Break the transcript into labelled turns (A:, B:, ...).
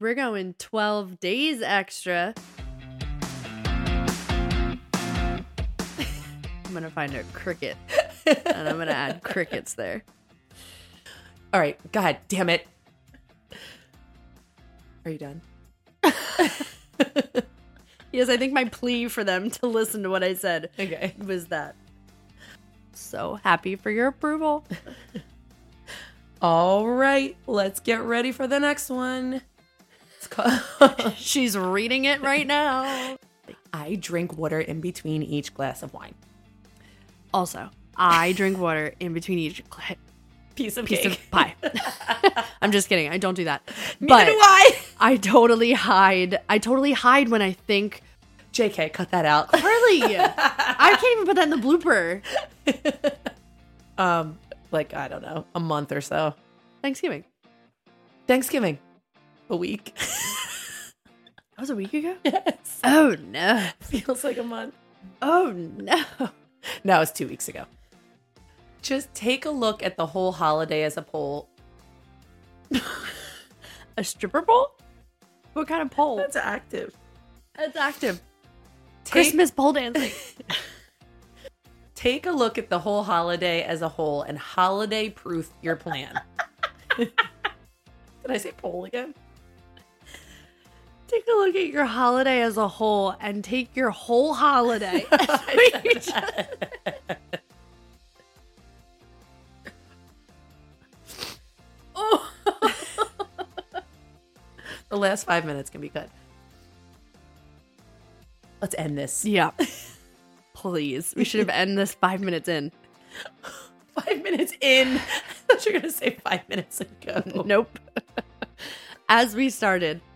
A: We're going 12 days extra. I'm going to find a cricket and I'm going to add crickets there.
B: All right. God damn it. Are you done?
A: Yes, I think my plea for them to listen to what I said
B: Okay.
A: was that. So happy for your approval.
B: All right. Let's get ready for the next one. It's called
A: She's reading it right now.
B: I drink water in between each glass of wine.
A: Also, I drink water in between each cl-
B: Piece of
A: piece of pie. I'm just kidding. I don't do that.
B: Neither
A: But
B: do I.
A: I totally hide. I totally hide when I think,
B: JK, cut that out.
A: Carly, I can't even put that in the blooper.
B: Um, like I don't know, a month or so.
A: Thanksgiving.
B: Thanksgiving, a week.
A: That was a week ago?
B: yes,
A: Oh, no.
B: feels like a month.
A: Oh, no.
B: No, it's two weeks ago. Just take a look at the whole holiday as a whole.
A: A stripper pole? What kind of pole?
B: active.
A: That's active.
B: Take,
A: Christmas pole dancing.
B: Take a look at the whole holiday as a whole and holiday proof your plan. Did I say poll again?
A: Take a look at your holiday as a whole and take your whole holiday.
B: Oh. the last five minutes can be cut. Let's end this.
A: yeah. Please. We should have ended this five minutes in.
B: Five minutes
A: Oh.
B: in. I thought you were going to say five minutes ago.
A: Nope. As we started,